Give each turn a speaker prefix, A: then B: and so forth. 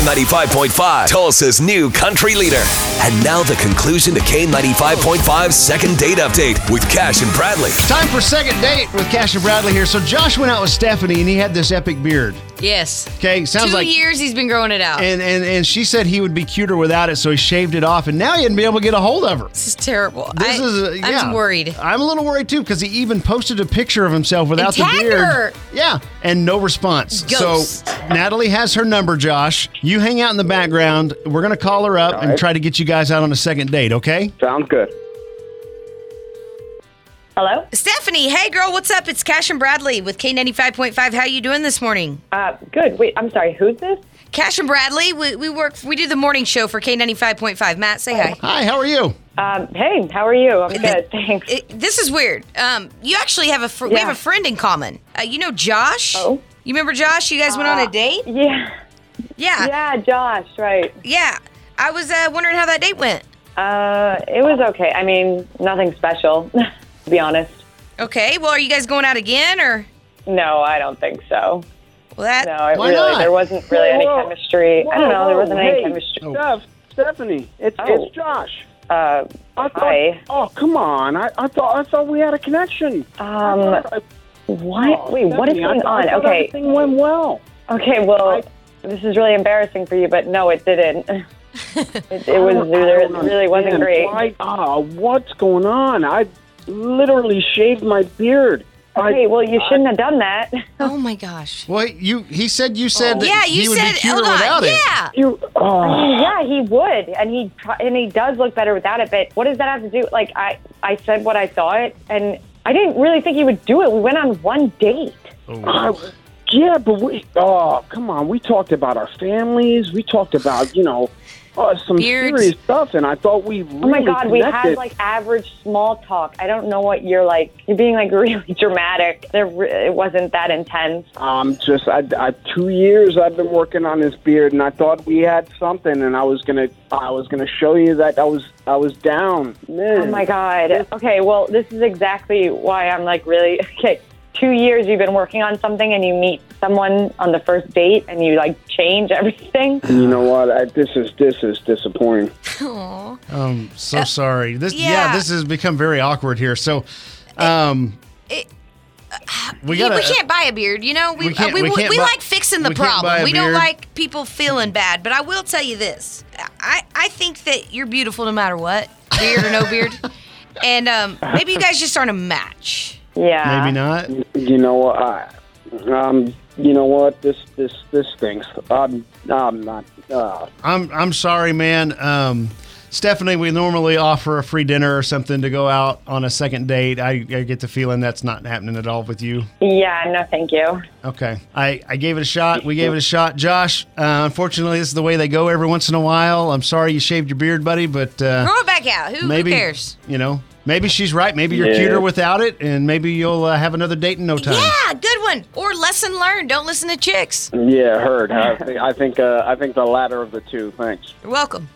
A: K95.5, Tulsa's new country leader. And now the conclusion to K95.5's second date update with Cash and Bradley.
B: Time for second date with Cash and Bradley here. So Josh went out with Stephanie and he had this epic beard.
C: Yes.
B: Okay, sounds
C: Two
B: like
C: years he's been growing it out.
B: and, and and she said he would be cuter without it, so he shaved it off, and now he hadn't been able to get a hold of her.
C: this is terrible.
B: This
C: I,
B: is uh,
C: I'm
B: yeah.
C: just worried.
B: I'm a little worried too because he even posted a picture of himself without the
C: tagged
B: beard.
C: her.
B: Yeah, and no response.
C: Ghost.
B: So Natalie has her number. Josh, you hang out in the background. We're gonna call her up and
D: right.
B: try to get you guys out on a second date. Okay?
D: Sounds good.
E: Hello?
C: Stephanie, hey girl, what's up? It's Cash and Bradley with K95.5. How you doing this morning?
E: Uh, good. Wait, I'm sorry. Who's this?
C: Cash and Bradley, we, we work we do the morning show for K95.5. Matt, say hi.
B: Hi, how are you?
E: Um, hey, how are you? I'm good. Thanks.
C: It- this is weird. Um, you actually have a fr- we
E: Yeah.
C: have a friend in common. Uh, you know Josh?
E: Oh.
C: You remember Josh? You guys went on a date?
E: yeah.
C: Yeah.
E: Yeah, Josh, right.
C: Yeah. I was uh, wondering how that date went.
E: Uh, it was okay. I mean, nothing special, to be honest.
C: Okay. Well, are you guys going out again or
E: No, I don't think so.
C: well that
E: No, it
B: Why
E: really,
B: not?
E: there wasn't really any chemistry. I don't know, there wasn't any
D: Oh, hey,
E: chemistry.
D: Steph, Stephanie, it's,
E: Oh.
D: it's Josh.
E: Uh,
D: I thought,
E: hi.
D: Oh, come on. I, I thought I thought we had a connection.
E: Um, what? Wait, what is
D: Oh, Stephanie, I
E: going
D: thought- I
E: on?
D: thought
E: Okay.
D: Everything went well.
E: Okay, well, this is really embarrassing for you, but no, it didn't. It, it was, it
D: Oh, I don't
E: really wasn't
D: understand
E: great.
D: Why, ah, what's going on? I literally shaved my beard. I-
E: Okay, well, you shouldn't have done that.
C: Oh my gosh.
B: Well, you he said you said that
C: Oh. Yeah, you
B: he would
C: said
B: be cuter
C: hold on.
B: without it.
C: yeah.
D: you, oh,
E: yeah, he would, and he tr- and he does look better without it. But what does that have to do? Like I, I said what I thought, and I didn't really think he would do it. We went on one date.
D: I- yeah, but we. Oh, come on. We talked about our families. We talked about you know uh, some
C: Beards.
D: serious stuff, and I thought we.
E: Oh my God, we had like average small talk. I don't know what you're like. You're being like really dramatic. There, re- it wasn't that intense. Oh
D: Um, just I, I, two years I've been working on this beard, and I thought we had something, and I was gonna, I was gonna show you that I was, I was down. Man.
E: Oh my God. Okay, well, this is exactly why I'm like really okay. Two years you've been working on something, and you meet someone on the first date, and you like change everything.
D: You know what? I, this is, this is disappointing.
C: Aw.
B: Um, so sorry. This yeah.
C: Uh, yeah.
B: this has become very awkward here. So, um,
C: it-
B: we
C: We,
B: got
C: we can't buy a beard, you know. We
B: We can't-
C: uh, we,
B: we
C: we,
B: can't
C: we
B: buy-
C: like fixing the
B: we can't buy
C: problem.
B: a
C: We don't
B: beard.
C: like people feeling bad. But I will tell you this: I I think that you're beautiful no matter what, beard or no beard. And um, maybe you guys just aren't a match.
E: Yeah.
B: uh,
C: uh,
B: maybe not.
D: You know what? I- Um, you know what? This, this, this stinks. I'm, I'm not. Uh,
B: I'm I'm sorry, man. Um, Stephanie, we normally offer a free dinner or something to go out on a second date. I, I get the feeling that's not happening at all with you.
E: Yeah, no, thank you.
B: Okay, I, I gave it a shot. We gave it a shot. Josh, uh, unfortunately, this is the way they go every once in a while. I'm sorry you shaved your beard, buddy, but uh,
C: Grow it back out. Who, who
B: maybe
C: cares?
B: you know maybe she's right. Maybe you're
D: Yeah.
B: cuter without it, and maybe you'll uh, have another date in no time.
C: Yeah, good one. Or lesson learned: don't listen to chicks.
D: yeah, heard. I, think- I think, uh, I think the latter of the two. Thanks.
C: You're welcome.